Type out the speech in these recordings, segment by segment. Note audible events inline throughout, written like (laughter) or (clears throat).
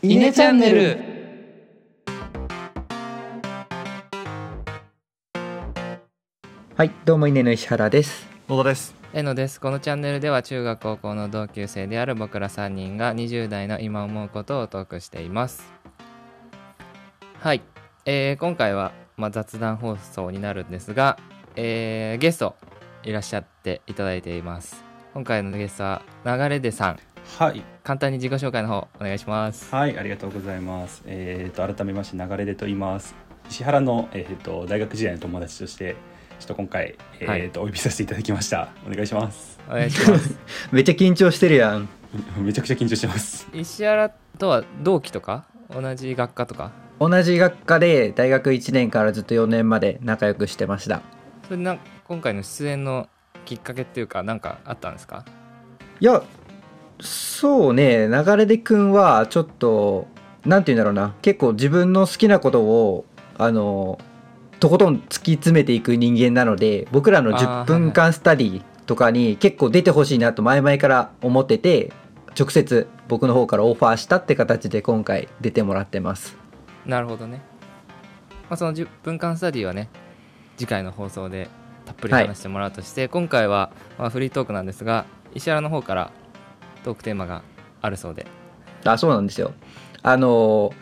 イネチャンネルはい、どうも稲の石原です。野田です。えのですこのチャンネルでは中学高校の同級生である僕ら3人が20代の今思うことをトークしていますはい、えー今回は、まあ、雑談放送になるんですが、えーゲストいらっしゃっていただいています今回のゲストは流れでさんはい、簡単に自己紹介の方お願いしますはい、ありがとうございます。えっ、と改めまして流れでと言います。石原のえっ、と大学時代の友達としてちょっと今回えっ、と、お呼びさせていただきました。お願いします。お願いしますめっちゃ緊張してるやん。 (laughs) めちゃくちゃ緊張してます。 (laughs) 石原とは同期とか同じ学科とか同じ学科で大学1年からずっと4年まで仲良くしてました。それなん今回の出演のきっかけっていうか何かあったんですかいや、そうね、流れでくんはちょっと、なんて言うんだろうな、結構自分の好きなことを、あの、とことん突き詰めていく人間なので、僕らのあー10分間スタディとかに結構出てほしいなと前々から思ってて、直接僕の方からオファーしたって形で今回出てもらってます。なるほどね、まあ、その10分間スタディはね次回の放送でたっぷりはい話してもらうとして、今回は、まあ、フリートークなんですが石原の方からトークテーマがあるそうであそうなんですよあの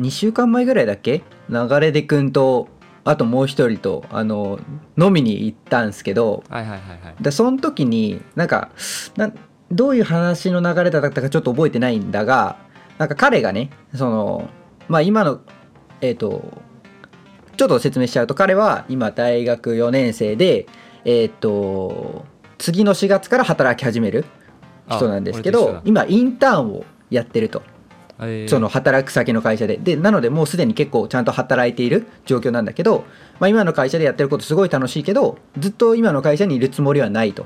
2週間前ぐらいだっけ流れでくんとあともう一人とあの飲みに行ったんですけどはいはいはいはいでその時になんかなんどういう話の流れだったかちょっと覚えてないんだがなんか彼がねそのまあ今のえっ、とちょっと説明しちゃうと彼は今大学4年生でえっ、と次の4月から働き始めるあ人なんですけど俺と一緒今インターンをやってるとだえーその働く先の会社で。で、なのでもうすでに結構ちゃんと働いている状況なんだけど、まあ、今の会社でやってることすごい楽しいけど、ずっと今の会社にいるつもりはないと。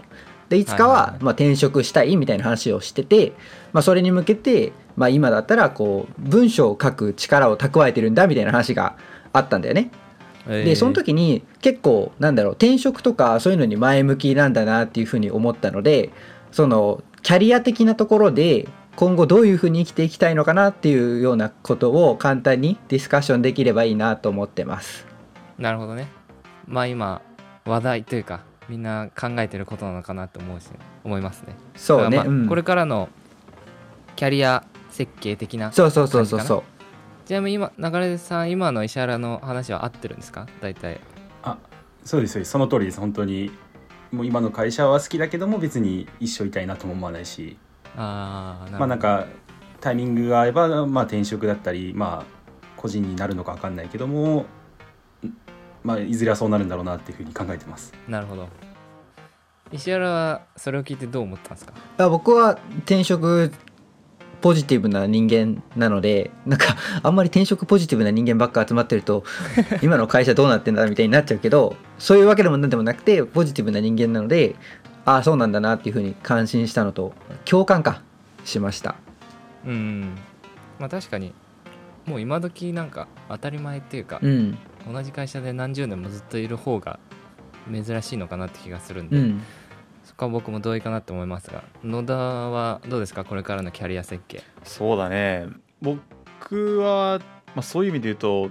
で、いつかはいはいははいまあ転職したいみたいな話をしてて、まあ、それに向けて、まあ、今だったらこう文章を書く力を蓄えてるんだみたいな話があったんだよね。えーでその時に結構なんだろう転職とかそういうのに前向きなんだなっていうふうに思ったのでそのキャリア的なところで今後どういうふうに生きていきたいのかなっていうようなことを簡単にディスカッションできればいいなと思ってます。なるほどねまあ今話題というかみんな考えてることなのかなと思うし思いますねそうだね、からまあうんこれからのキャリア設計的なそうそうそうそうそうちなみに今流れさん今の石原の話は合ってるんですか大体あ、そうですそうです。その通りです。本当にもう今の会社は好きだけども別に一生いたいなとも思わないし、ああまあなんかタイミングが合えばまあ転職だったりまあ個人になるのかわかんないけども、んまあいずれはそうなるんだろうなっていうふうに考えてます。なるほど石原はそれを聞いてどう思ったんですかあ僕は転職ポジティブな人間なのでなんかあんまり転職ポジティブな人間ばっか集まってると今の会社どうなってんだみたいになっちゃうけどそういうわけでもなんでもなくてポジティブな人間なのでああそうなんだなっていうふうに感心したのと共感かしましたうんまあ確かにもう今時なんか当たり前っていうかう、ん同じ会社で何十年もずっといる方が珍しいのかなって気がするんで、うんそこは僕も同意かなって思いますが野田はどうですかこれからのキャリア設計そうだね。僕は、まあ、そういう意味で言うと、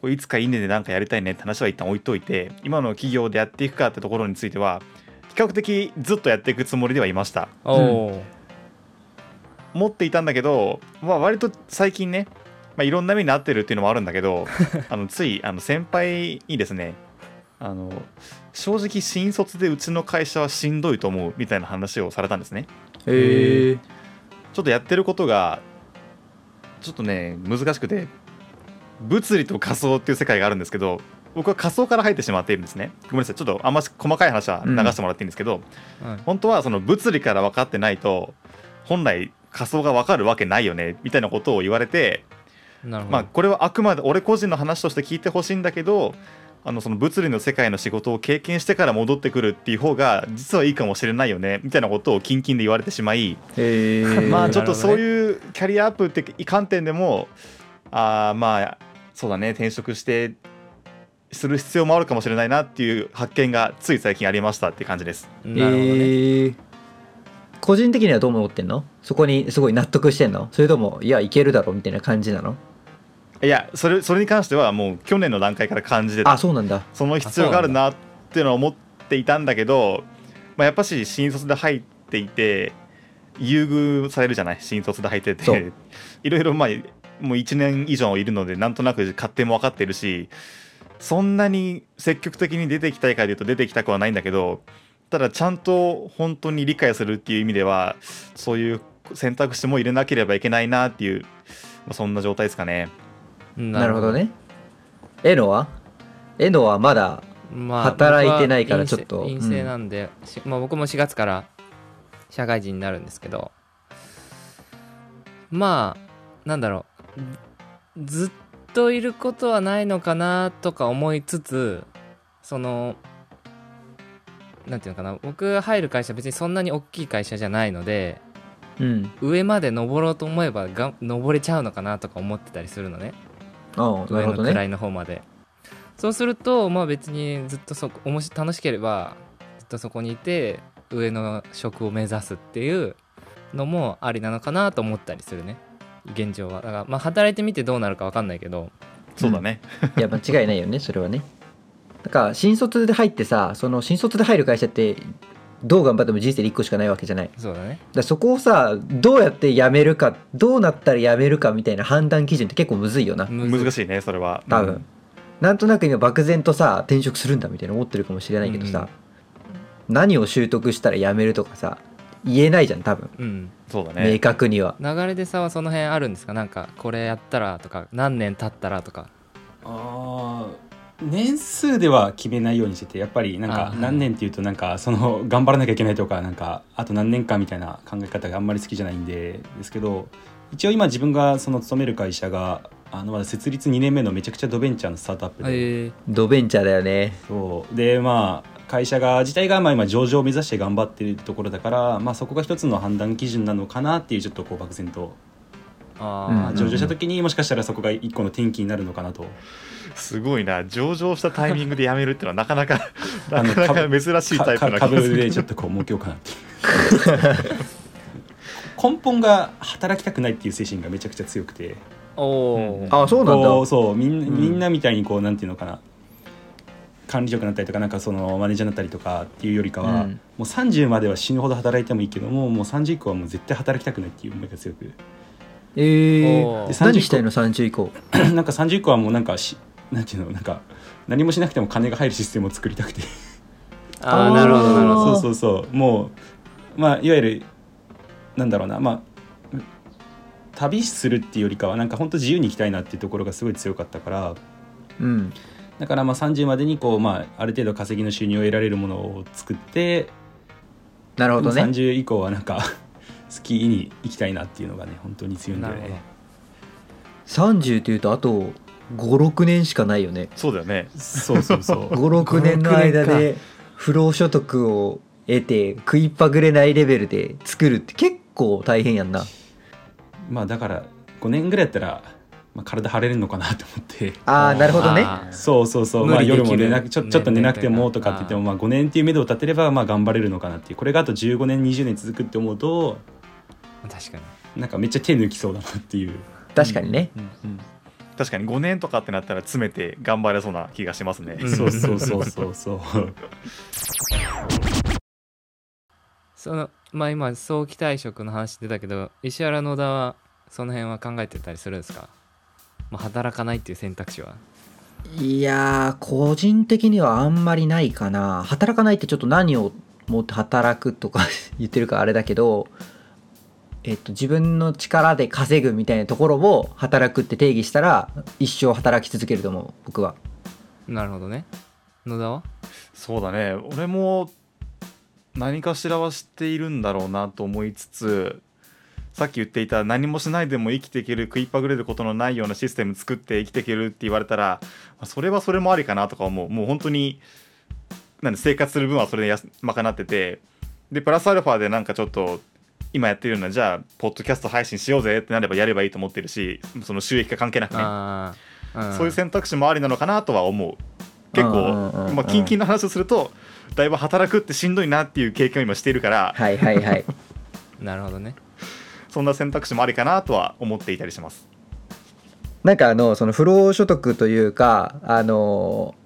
こういつかイネで何かやりたいねって話は一旦置いといて、今の企業でやっていくかってところについては、比較的ずっとやっていくつもりではいました。おお、持っていたんだけど、まあ、割と最近ね、まあ、いろんな目になってるっていうのもあるんだけどあのついあの先輩にですねあの正直新卒でうちの会社はしんどいと思うみたいな話をされたんですねへえちょっとやってることがちょっとね難しくて物理と仮想っていう世界があるんですけど僕は仮想から入ってしまっているんですねごめんなさいちょっとあんまし細かい話は流してもらっていいんですけど、はい本当はその物理から分かってないと本来仮想が分かるわけないよねみたいなことを言われて、なるほど、まあこれはあくまで俺個人の話として聞いてほしいんだけどあのその物理の世界の仕事を経験してから戻ってくるっていう方が実はいいかもしれないよねみたいなことをキンキンで言われてしまい、へえ (laughs) まあちなょるほどっとねそういうキャリアアップって観点でもあーまあそうだね転職してする必要もあるかもしれないなっていう発見がつい最近ありましたって感じです。なるほどね、えー個人的にはどう思ってんのそこにすごい納得してんのそれともいやいけるだろうみたいな感じなのいやそれそれに関してはもう去年の段階から感じてあたそうなんだその必要があるなっていうのは思っていたんだけどまあ、やっぱし新卒で入っていて優遇されるじゃない新卒で入ってそうて (laughs) いろいろまあもう1年以上いるのでなんとなく勝手も分かってるしそんなに積極的に出てきたいかというと出てきたくはないんだけどただちゃんと本当に理解するっていう意味ではそういう選択肢も入れなければいけないなっていう、まあ、そんな状態ですかね。なるほどねエノはエノはまだま働いてないから僕はちょっと陰性う陰性んなんで、しまあ、僕も4月から社会人になるんですけどまあなんだろうずずっといることはないのかなとか思いつつそのなんていうのかな僕入る会社別にそんなに大きい会社じゃないのでうん上まで登ろうと思えばが登れちゃうのかなとか思ってたりするのねああな上るほのどね位の方まで、そうするとまあ別にずっとそこおもし楽しければずっとそこにいて上の職を目指すっていうのもありなのかなと思ったりするね現状はだからまあ働いてみてどうなるか分かんないけどそうだね、い (laughs) や間違いないよねそれはねだから新卒で入ってさその新卒で入る会社ってどう頑張っても人生で1個しかないわけじゃないだかそうだねらそこをさどうやって辞めるかどうなったら辞めるかみたいな判断基準って結構むずいよな難いしいねそれは。多うん分なんとなく今漠然とさ転職するんだみたいな思ってるかもしれないけどさ、何を習得したら辞めるとかさ言えないじゃん多分、うんそうだ明ね確には流れでさはその辺あるんですかなんかこれやったらとか何年経ったらとかあー年数では決めないようにしててやっぱりなんあかー何年っていうとなんかその頑張らなきゃいけないとか (laughs) なんかあと何年かみたいな考え方があんまり好きじゃないんでですけど一応今自分がその勤める会社があのまだ設立2年目のめちゃくちゃドベンチャーのスタートアップで、えドベンチャーだよねそうでまあ会社が自体がまあ今上場を目指して頑張ってるところだから、まあ、そこが一つの判断基準なのかなっていうちょっとこう漠然と、あうんーまなある上場した時にもしかしたらそこが一個の転機になるのかなとすごいな上場したタイミングで辞めるってのはなかなか (laughs) あなのかなか株珍しいタイプかなか気がす株るでちょっとこう儲けようかなっていう (laughs) 根本が働きたくないっていう精神がめちゃくちゃ強くておおー、あそうなんだこうそうみんうんみんなみたいにこうなんていうのかな管理職になったりとかなんかそのマネージャーになったりとかっていうよりかは、うんもう30までは死ぬほど働いてもいいけどももう30以降はもう絶対働きたくないっていう思いが強く (clears throat) えー、おーでさ何したいの30以降なんか30以降はもうなんかしなんていうのなんか何もしなくても金が入るシステムを作りたくてあーなるほどなるほどあーそうそうそうもうまあいわゆるなんだろうなまあ旅するっていうよりかはなんか本当自由に行きたいなっていうところがすごい強かったからうんだからまあ30までにこう、まあ、ある程度稼ぎの収入を得られるものを作って、なるほどね30以降はなんか (laughs) スキーに行きたいなっていうのがね本当に強いんだなよるほどね30っていうとあと56年しかないよねそうだよねそうそう (laughs) そう56年の間で不労所得を得て食いっぱぐれないレベルで作るって結構大変やんなまあだから5年ぐらいやったら、まあ、体張れるのかなと思ってああなるほどねあーそうそうそう、無まあ、理できる夜も寝なくちょちょっと寝なくても年齢といとうかかって言ってもまあ5年っていう目処を立てればまあ頑張れるのかなっていうこれがあと15年20年続くって思うと確かになんかめっちゃ手抜きそうだなっていう確かにね、確かに5年とかってなったら詰めて頑張れそうな気がしますね、うんそうそうそうそうそうそのまあ今早期退職の話出たけど石原野田はその辺は考えてたりするんですか、まあ、働かないっていう選択肢はいやー個人的にはあんまりないかな働かないってちょっと何をもって働くとか (laughs) 言ってるからあれだけど、えっと、自分の力で稼ぐみたいなところを働くって定義したら一生働き続けると思う僕はなるほどね野田はそうだね俺も何かしらは知っているんだろうなと思いつつさっき言っていた何もしないでも生きていける食いっぱぐれることのないようなシステム作って生きていけるって言われたらまあそれはそれもありかなとか思うもう本当になんで生活する分はそれでやす賄っててでプラスアルファでなんかちょっと今やってるようなじゃあポッドキャスト配信しようぜってなればやればいいと思ってるしその収益化関係なくねああ、んそういう選択肢もありなのかなとは思う結構、うんうんうんうんまあ、キンキンの話をするとだいぶ働くってしんどいなっていう経験を今しているからはいはいはい (laughs) なるほどねそんな選択肢もありかなとは思っていたりしますなんかあのその不労所得というかあの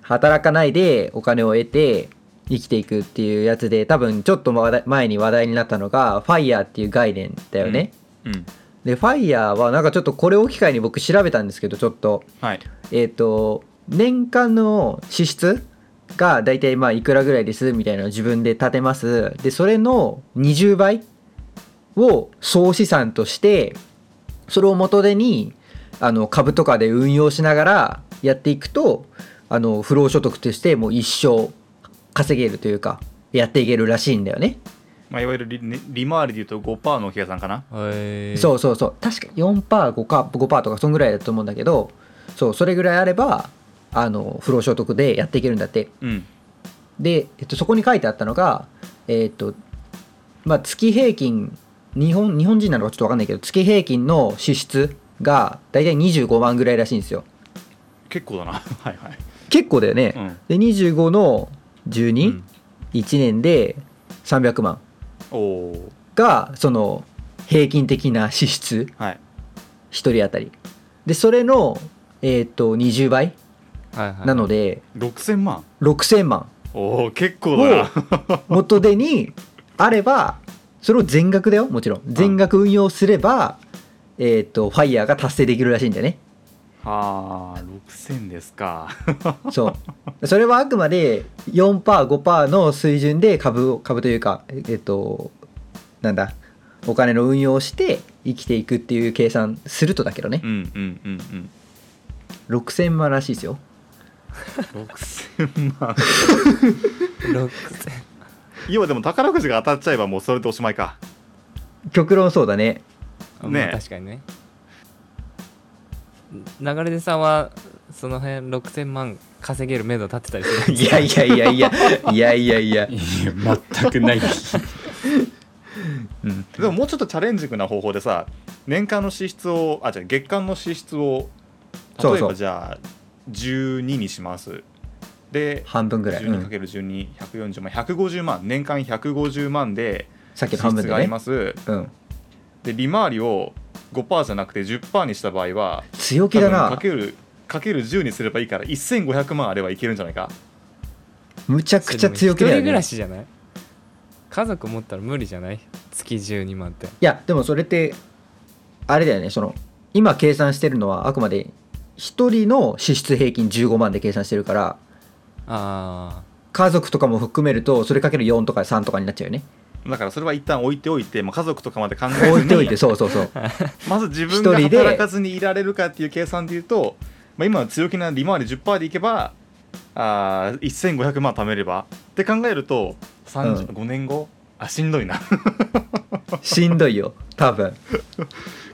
働かないでお金を得て生きていくっていうやつで多分ちょっと話題前に話題になったのがファイヤーっていう概念だよね。うんでファイヤーはなんかちょっとこれを機会に僕調べたんですけどちょっとはいえっ、と年間の支出が大体まあいくらぐらいですみたいなのを自分で立てますでそれの20倍を総資産としてそれを元手にあの株とかで運用しながらやっていくとあの不労所得としてもう一生稼げるというかやっていけるらしいんだよね、まあ、いわゆる利利回りでいうと5%のお客さんかなへえそうそうそう確か 4%5% か5%とかそんぐらいだと思うんだけどそうそれぐらいあればあの不労所得でやっていけるんだってうんで、えっと、そこに書いてあったのが、えっとまあ、月平均日本日本人なのかちょっと分かんないけど月平均の支出が大体25万ぐらいらしいんですよ結構だな (laughs) はいはい、結構だよね、うんで25のう121ん、年で300万おおがその平均的な支出はい1人当たりでそれの、えっと20倍はいはいな (laughs) ので6000万6000万おお結構だな元手にあればそれを全額だよもちろん全額運用すれば、えっ、とファイヤーが達成できるらしいんだよねはあ6000ですかそうそれはあくまで 4%5% の水準で株を株というかえっ、となんだお金の運用をして生きていくっていう計算するとだけどねうんうんうん6000万らしいですようん6000万 (laughs) 六要はでも宝くじが当たっちゃえばもうそれでおしまいか極論そうだねねまあ確かにね流出さんはその辺6000万稼げる目処立てたりするんで (laughs) すいやいやいやいやいやいやいやいや全く (laughs) ないですうんでももうちょっとチャレンジングな方法でさ年間の支出をあじゃあ月間の支出をそう例えそうばじゃあ12にしますで半分ぐらい、うん 12×12140 万150万年間150万でさっき支の半分出があでりねますうんで利回りを5%じゃなくて10%にした場合は強気多だ分なかけるかける10にすればいいから1500万あればいけるんじゃないかむちゃくちゃ強気一だ人よ暮ねらしじゃない家族持ったら無理じゃない月12万っていやでもそれってあれだよねその今計算してるのはあくまで1人の支出平均15万で計算してるからあ家族とかも含めるとそれかける4とか3とかになっちゃう (laughs) よねだからそれは一旦置いておいて、まあ、家族とかまで考え置いておずいてにそうそうそうまず自分が一人で働かずにいられるかっていう計算でいうと、まあ、今の強気な利回り10%でいけばあー1500万貯めればって考えるとう35年後、あしんどいな (laughs) しんどいよ多分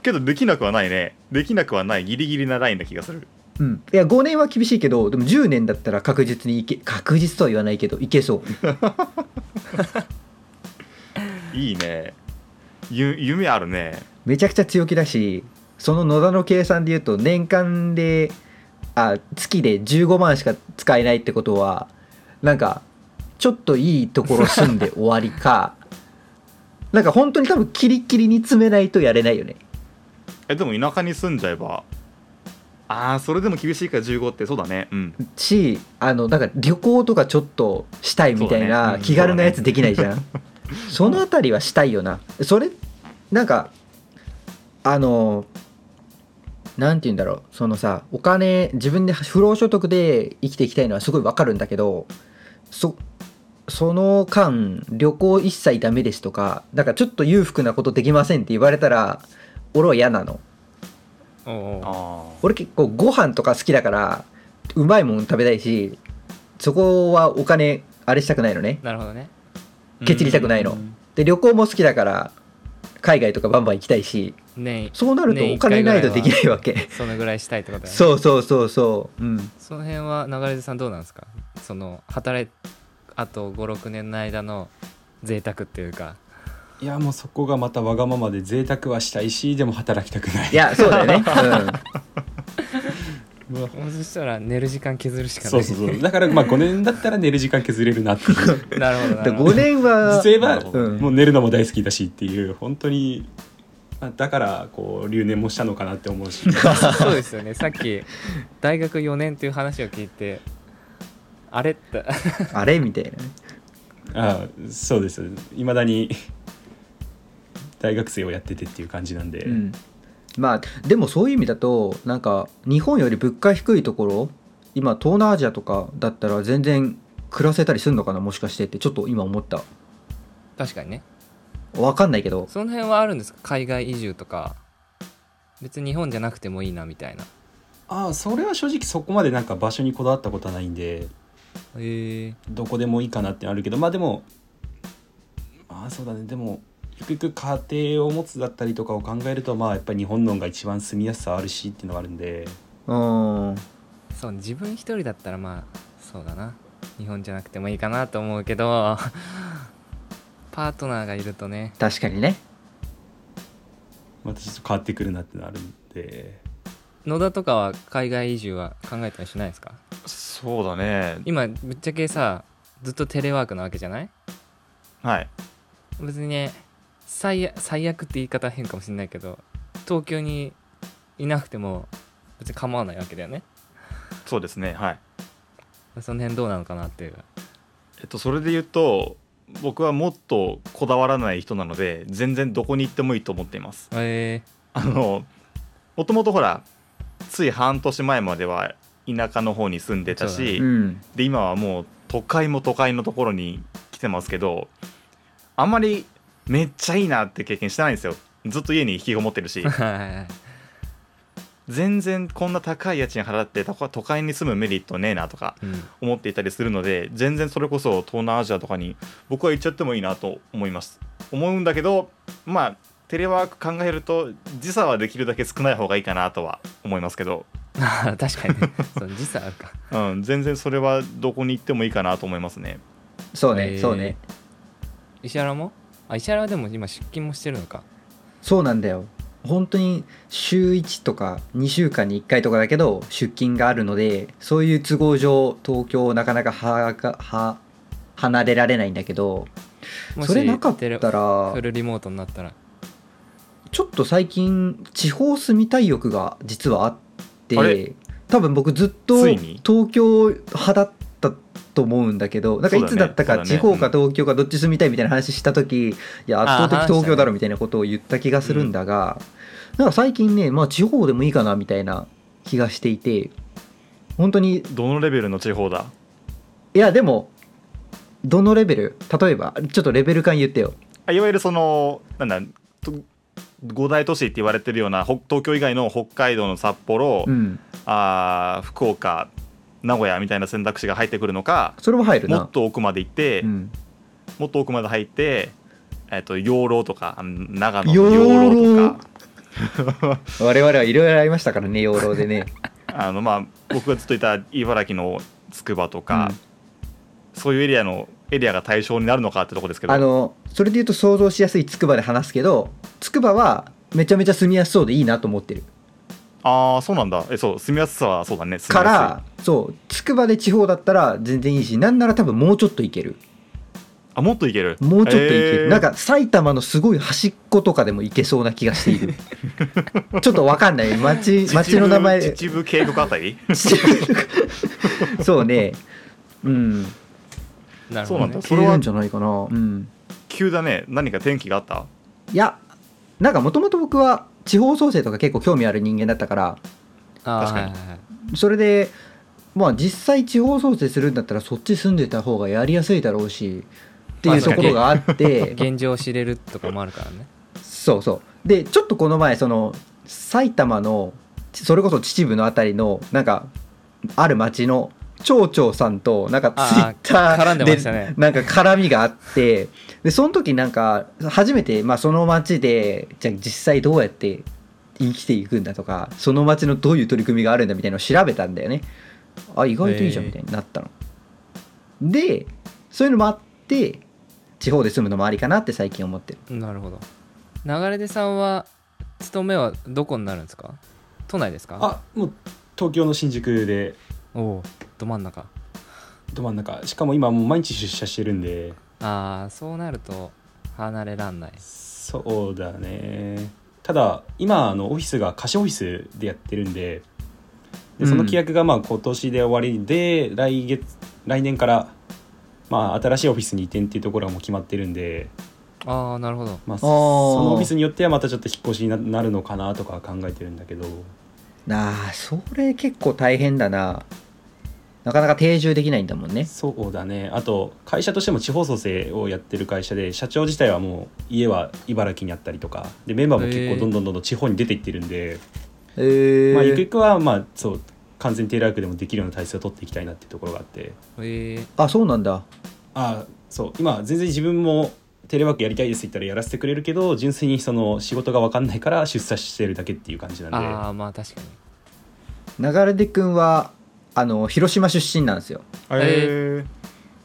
けどできなくはないねできなくはないギリギリなラインな気がするうんいや5年は厳しいけどでも10年だったら確実にいけ確実とは言わないけどいけそういいねゆ夢あるねめちゃくちゃ強気だしその野田の計算で言うと年間であ月で15万しか使えないってことはなんかちょっといいところ住んで終わりかなんか本当に多分キリキリに詰めないとやれないよねえでも田舎に住んじゃえばああそれでも厳しいから15ってそうだねうんしあのなんか旅行とかちょっとしたいみたいそうだなねうん気軽なやつできないじゃん、そのあたりはしたいよなそれなんかあのなんて言うんだろうそのさお金自分で不労所得で生きていきたいのはすごいわかるんだけどそその間旅行一切ダメですとかなんかちょっと裕福なことできませんって言われたら俺は嫌なのあおうおうあ俺結構ご飯とか好きだからうまいもん食べたいしそこはお金あれしたくないのねなるほどねあケチりたくないので旅行も好きだから海外とかバンバン行きたいし年そうなるとねお金ないと一で回きぐらないわけそのぐらいしたいってことだ (laughs) ねそうそうそうそううんその辺は流出さんどうなんですかその働いあと56年の間の贅沢っていうかいやもうそこがまたわがままで贅沢はしたいしでも働きたくないいやそうだよねうわもうそしたら寝る時間削るしかそなういそうそうだからまあ5年だったら寝る時間削れるなってい (laughs) う (laughs) なるほどなでるほど5年は実際言えば、うんもう寝るのも大好きだしっていう本当にまあだからこう留年もしたのかなって思うしそうですよねさっき大学4年っていう話を聞いてあれって (laughs) あれみたいなああそうですいまだに (laughs) 大学生をやっててっていう感じなんで、うん、まあでもそういう意味だとなんか日本より物価低いところ今東南アジアとかだったら全然暮らせたりするのかなもしかしてってちょっと今思った確かにねわかんないけどその辺はあるんですか海外移住とか別に日本じゃなくてもいいなみたいなああそれは正直そこまでなんか場所にこだわったことはないんでえどこでもいいかなってのあるけどまあでもまあそうだねでもゆくゆく家庭を持つだったりとかを考えるとまあやっぱり日本の方が一番住みやすさあるしっていうのはあるんでうんー、そう自分一人だったらまあそうだな日本じゃなくてもいいかなと思うけど (laughs) パートナーがいるとね確かにねまたちょっと変わってくるなってのはあるんで野田とかは海外移住は考えたりしないですかそうだね今ぶっちゃけさずっとテレワークなわけじゃないはい別にね最悪最悪って言い方変かもしれないけど東京にいなくても別に構わないわけだよねそうですねはいその辺どうなのかなっていうえっとそれで言うと僕はもっとこだわらない人なので全然どこに行ってもいいと思っていますえあのもともとほらつい半年前までは田舎の方に住んでたそうだし、うんで今はもう都会も都会のところに来てますけどあんまりめっちゃいいなって経験してないんですよずっと家に引きこもっ (laughs) てるしー (laughs) はいはい全然こんな高い家賃払って都会都会に住むメリットねえなとかうん (laughs) 思っていたりするので全然それこそ東南アジアとかに僕は行っちゃってもいいなと思います思うんだけどまあテレワーク考えると時差はできるだけ少ない方がいいかなとは思いますけど、あー確かにねそう時差あるかうん、全然それはどこに行ってもいいかなと思いますねそうね、えーそうね石原もあ石原はでも今出勤もしてるのかそうなんだよ本当に週1とか2週間に1回とかだけど出勤があるのでそういう都合上東京をなかなかはがは離れられないんだけどもしそれなかったテレらフルリモートになったらちょっと最近地方住みたい欲が実はあっあてれ多分僕ずっとついに東京派だったと思うんだけどなんかいつだったそうかだね地方か東京かどっち住みたいみたいな話した時いや圧倒あー的東京だ話したろねみたいなことを言った気がするんだがなんか最近ねまあ地方でもいいかなみたいな気がしていて本当にどのレベルの地方だいやでもどのレベル例えばちょっとレベル感言ってよあいわゆるそのなんだと五大都市って言われてるようなほ東京以外の北海道の札幌、うんあー福岡名古屋みたいな選択肢が入ってくるのかそれは入るもなっと奥まで行って、うんもっと奥まで入って、えっと養老とかあの長野養の老養老とか我々はいろいろありましたからね養老でねあの、まあ、僕がずっといた茨城のつくばとか、うんそういうエリアのエリアが対象になるのかってとこですけどあのそれで言うと想像しやすいつくばで話すけどつくばはめちゃめちゃ住みやすそうでいいなと思ってるああそうなんだえそう住みやすさはそうだね住かみやすいらそうつくばで地方だったら全然いいしなんなら多分もうちょっといけるあもっといけるもうちょっといける、えーなんか埼玉のすごい端っことかでもいけそうな気がしてい (laughs) るちょっとわかんない町秩父町の名前秩父渓谷あ (laughs) たりそうねうんなるそほうなどんだね消えるんじゃないかなうん急だね何か転機があったいやなんかもともと僕は地方創生とか結構興味ある人間だったからあー確かはいにはいはいそれでまあ実際地方創生するんだったらそっち住んでた方がやりやすいだろうしっていうところがあ (laughs) って現状を知れるとかもあるからねそうそうでちょっとこの前その埼玉のそれこそ秩父のあたりのなんかある町の町長さんとなんかツイッあタ絡んでましーたねでなんか絡みがあってでその時なんか初めてまあその町でじゃあ実際どうやって生きていくんだとかその町のどういう取り組みがあるんだみたいなのを調べたんだよねあ意外といいじゃんへえみたいになったのでそういうのもあって地方で住むのもありかなって最近思ってるなるほど流れ出さんは勤めはどこになるんですか都内ですかあもう東京の新宿でおおど真ん中ど真ん中しかも今もう毎日出社してるんでああそうなると離れらんないそうだねただ今あのオフィスが貸しオフィスでやってるんででその規約がまあ今年で終わりで、来月来年からまあ新しいオフィスに移転っていうところはもう決まってるんで、ああなるほどまあ、そあーのオフィスによってはまたちょっと引っ越しにななるのかなとかは考えてるんだけどああそれ結構大変だななかなか定住できないんだもんねそうだねあと会社としても地方創生をやってる会社で社長自体はもう家は茨城にあったりとかでメンバーも結へ構ーどんどんどんどん地方に出ていってるんで、えーまあ、ゆくゆくはまあそう完全テレワークでもできるような体制を取っていきたいなっていうところがあってええあそうなんだああそう今全然自分もテレワークやりたいですって言ったらやらせてくれるけど純粋にその仕事が分かんないから出社してるだけっていう感じなんでああまあ確かに流出くんはあの広島出身なんですよえ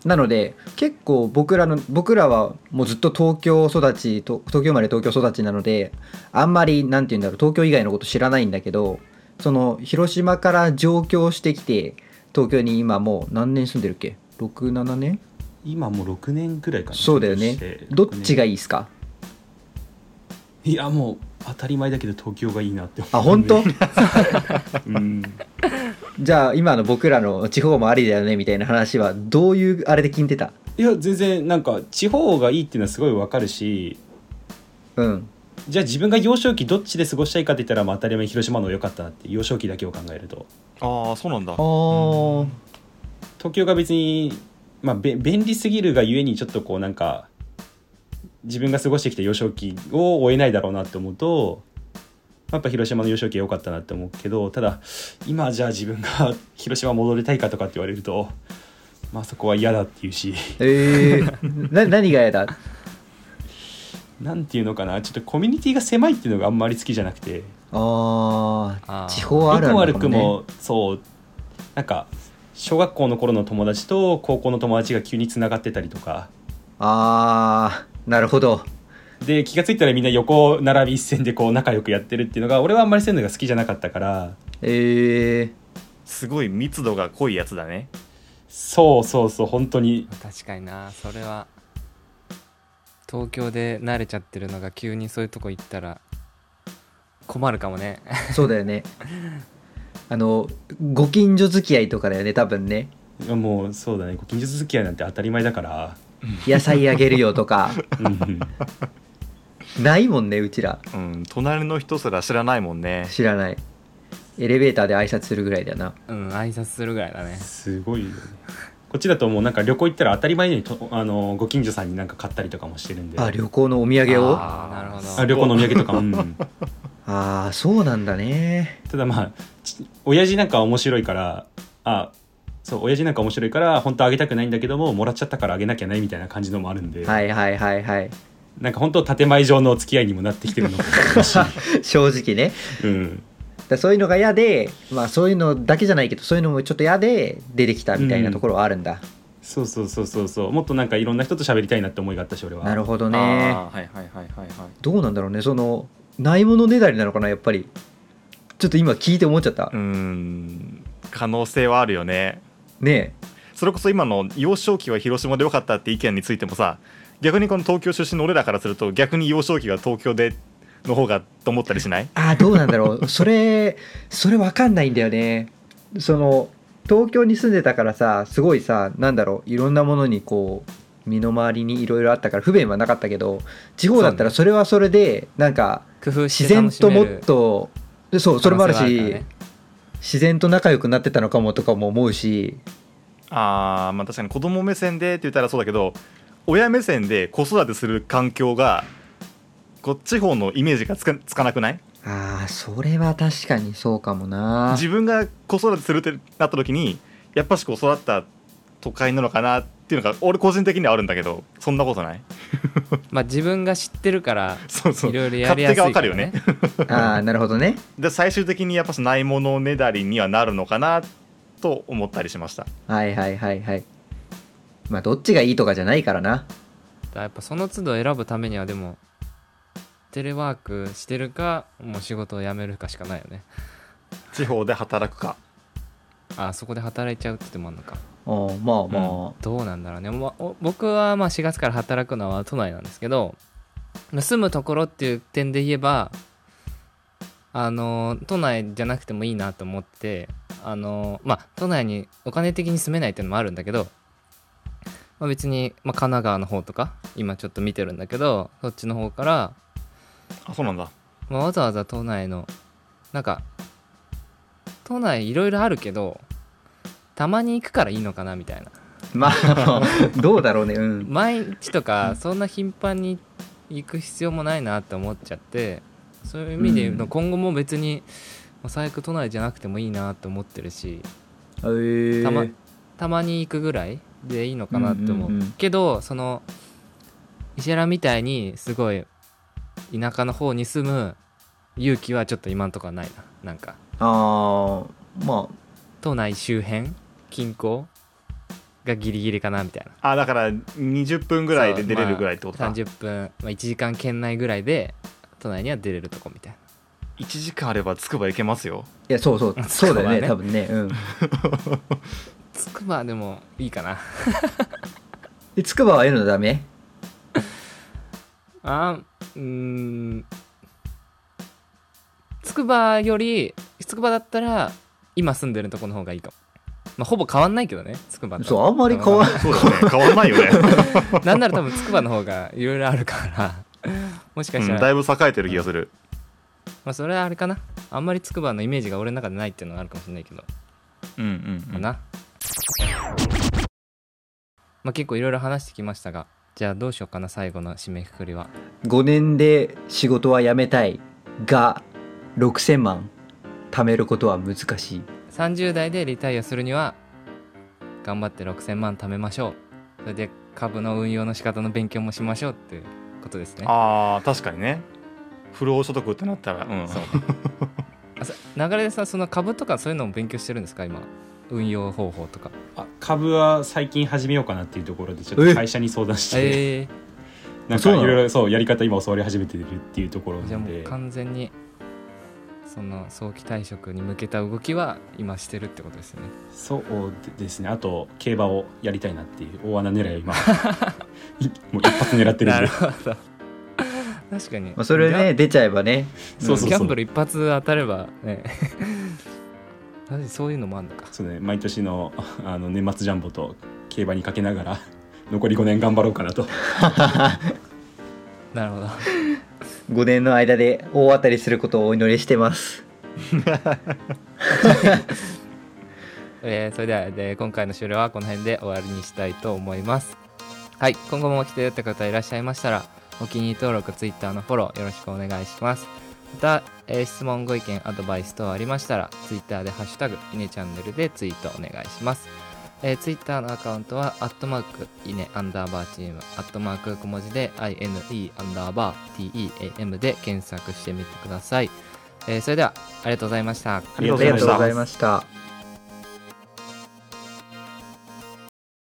なので結構僕らの僕らはもうずっと東京育ちと東京生まれ東京育ちなのであんまりなんて言うんだろう東京以外のこと知らないんだけどその広島から上京してきて東京に今もう何年住んでるっけ67年今もう6年ぐらいかなそうだよ出社しねてどっちがいいいですかいやもう当たり前だけど東京がいいなって思うあ本当うんじゃあ今の僕らの地方もありだよねみたいな話はどういうあれで聞いてたいや全然なんか地方がいいっていうのはすごい分かるしうんじゃあ自分が幼少期どっちで過ごしたいかって言ったらまあ当たり前に広島の方が良かったなって幼少期だけを考えるとああそうなんだあー東京が別に、まあ、べ便利すぎるがゆえにちょっとこうなんか自分が過ごしてきた幼少期を終えないだろうなって思うとやっぱ広島の幼少期は良かったなって思うけどただ今じゃあ自分が広島戻りたいかとかって言われるとまあそこは嫌だっていうし (laughs) えー、な何が嫌だなんていうのかなちょっとコミュニティが狭いっていうのがあんまり好きじゃなくてああーあ地方あるある良なのく悪かくねもそうなんか小学校の頃の友達と高校の友達が急につながってたりとかあーなるほどで気が付いたらみんな横並び一線でこう仲良くやってるっていうのが俺はあんまりそういうのが好きじゃなかったからえすごい密度が濃いやつだねそうそうそう本当に確かになそれは東京で慣れちゃってるのが急にそういうとこ行ったら困るかもね (laughs) ー、そうだよねあのご近所付き合いとかだよね多分ねもうそうだねご近所付き合いなんて当たり前だから、野菜あげるよとかうんないもんねうちらうん隣の人すら知らないもんね知らないエレベーターで挨拶するぐらいだよなうん挨拶するぐらいだねすごいよねこっちだともうなんか旅行行ったら当たり前にとあのご近所さんになんか買ったりとかもしてるんであ旅行のお土産をああーなるほどあ旅行のお土産とかも、 (laughs) うんあーそうなんだねただまあち親父なんかは面白いからあそう親父なんか面白いから本当あげたくないんだけどももらっちゃったからあげなきゃねみたいな感じのもあるんで、はいはいはいはいなんか本当建前上の付き合いにもなってきてるのもあるし正直ねうんだそういうのが嫌でまあそういうのだけじゃないけどそういうのもちょっと嫌で出てきたみたいなところはあるんだ、そうそうそうそうそうもっとなんかいろんな人と喋りたいなって思いがあったし俺はなるほどねあーはいはいはいはいはいどうなんだろうねそのないものねだりなのかなやっぱりちょっと今聞いて思っちゃった、うーん可能性はあるよねねそれこそ今の幼少期は広島でよかったって意見についてもさ逆にこの東京出身の俺らからすると逆に幼少期が東京での方がと思ったりしないああどうなんだ (laughs) ろうそれそれわかんないんだよねその東京に住んでたからさすごいさなんだろういろんなものにこう身の回りにいろいろあったから不便はなかったけど地方だったらそれはそれでなんか工夫し自て然楽しめとるもっとでそうそれもある可能性はしからね自然と仲良くなってたのかもとかも思うしあーまあ確かに子供目線でって言ったらそうだけど親目線で子育てする環境がこう地方のイメージがつかつかなくないああそれは確かにそうかもな自分が子育てするってなった時にやっぱしこう育った都会なのかなっていうのが俺個人的にはあるんだけどそんなことないまあ自分が知ってるからそうそういろいろやりやすい (laughs) 勝手が分かるよねああなるほどねで最終的にやっぱしないものねだりにはなるのかなと思ったりしましたはいはいはいはいまあどっちがいいとかじゃないからなだからやっぱその都度選ぶためにはでもテレワークしてるかもう仕事を辞めるかしかないよね地方で働くかあそこで働いちゃうって手もあるのかああまあまどうなんだろうね、まあお僕はまあ4月から働くのは都内なんですけどまあ住むところっていう点で言えばあの都内じゃなくてもいいなと思ってあのまあ都内にお金的に住めないっていうのもあるんだけど、まあ、別に、まあ、神奈川の方とか今ちょっと見てるんだけどそっちの方からあそうなんだまあわざわざ都内のなんか都内いろいろあるけどたまに行くからいいのかなみたいなあまあ (laughs) どうだろうねうん毎日とかそんな頻繁に行く必要もないなって思っちゃってそういう意味で言うとうん今後も別にまあ最悪都内じゃなくてもいいなって思ってるしえーたまたまに行くぐらいでいいのかなって思う,、うんうんうんけどその石原みたいにすごい田舎の方に住む勇気はちょっと今んとこはないななんかああまあ都内周辺近郊がギリギリかなみたいなあだから20分ぐらいで出れるぐらいってことか、 30分、まあ、1時間圏内ぐらいで都内には出れるとこみたい1時間あればつくば行けますよいやそうそうそうだよねそ多分ねうんなつくばでもいいかなでつくばはえるのダメあーうーんつくばよりつくばだったら今住んでるとこの方がいいかもまあほぼ変わんないけどねつくばとそうあんまり変わんそうだよ (laughs) ね変わんないよね、なんなら多分つくばの方がいろいろあるからもしかしたうら、んだいぶ栄えてる気がするまあ、それはあれかなあんまりつくばのイメージが俺の中でないっていうのがあるかもしれないけどうんうん、かな、まあ、結構いろいろ話してきましたがじゃあどうしようかな最後の締めくくりは5年で仕事は辞めたいが6000万貯めることは難しい30代でリタイアするには頑張って6000万貯めましょうそれで株の運用の仕方の勉強もしましょうっていうことですねあー確かにね不労所得ってなったらうんそうあさ流れでさその株とかそういうのも勉強してるんですか今運用方法とかあ株は最近始めようかなっていうところでちょっと会社に相談して、えなんそうなかいのろいろそうやり方今教わり始めてるっていうところー、じゃなあのもうで完全にその早期退職に向けた動きは今してるってことですよねそうですねあと競馬をやりたいなっていう大穴狙いを (laughs) 今いもう一発狙ってるんなでるほど確かに、まあ、それね出ちゃえばねギャそうそうそうギャンブル一発当たればね (laughs) マジそういうのもあんのかそうね毎年のあの年末ジャンボと競馬にかけながら残り5年頑張ろうかなとなるほど5年の間で大当たりすることをお祈りしてますえーそれでは、えー今回の終了はこの辺で終わりにしたいと思いますはい今後も来てるって方いらっしゃいましたらお気に入り登録 Twitter のフォローよろしくお願いしますまた、えー質問ご意見アドバイス等ありましたら Twitter で「ハッシュタグいねチャンネル」でツイートお願いしますえー、ツイッターのアカウントは、アットマーク、イネ、アンダーバーチーム、アットマーク、小文字で、ine、アンダーバー、team で検索してみてください。えーそれでは、ありがとうございました。あありりががとうございましたとうございました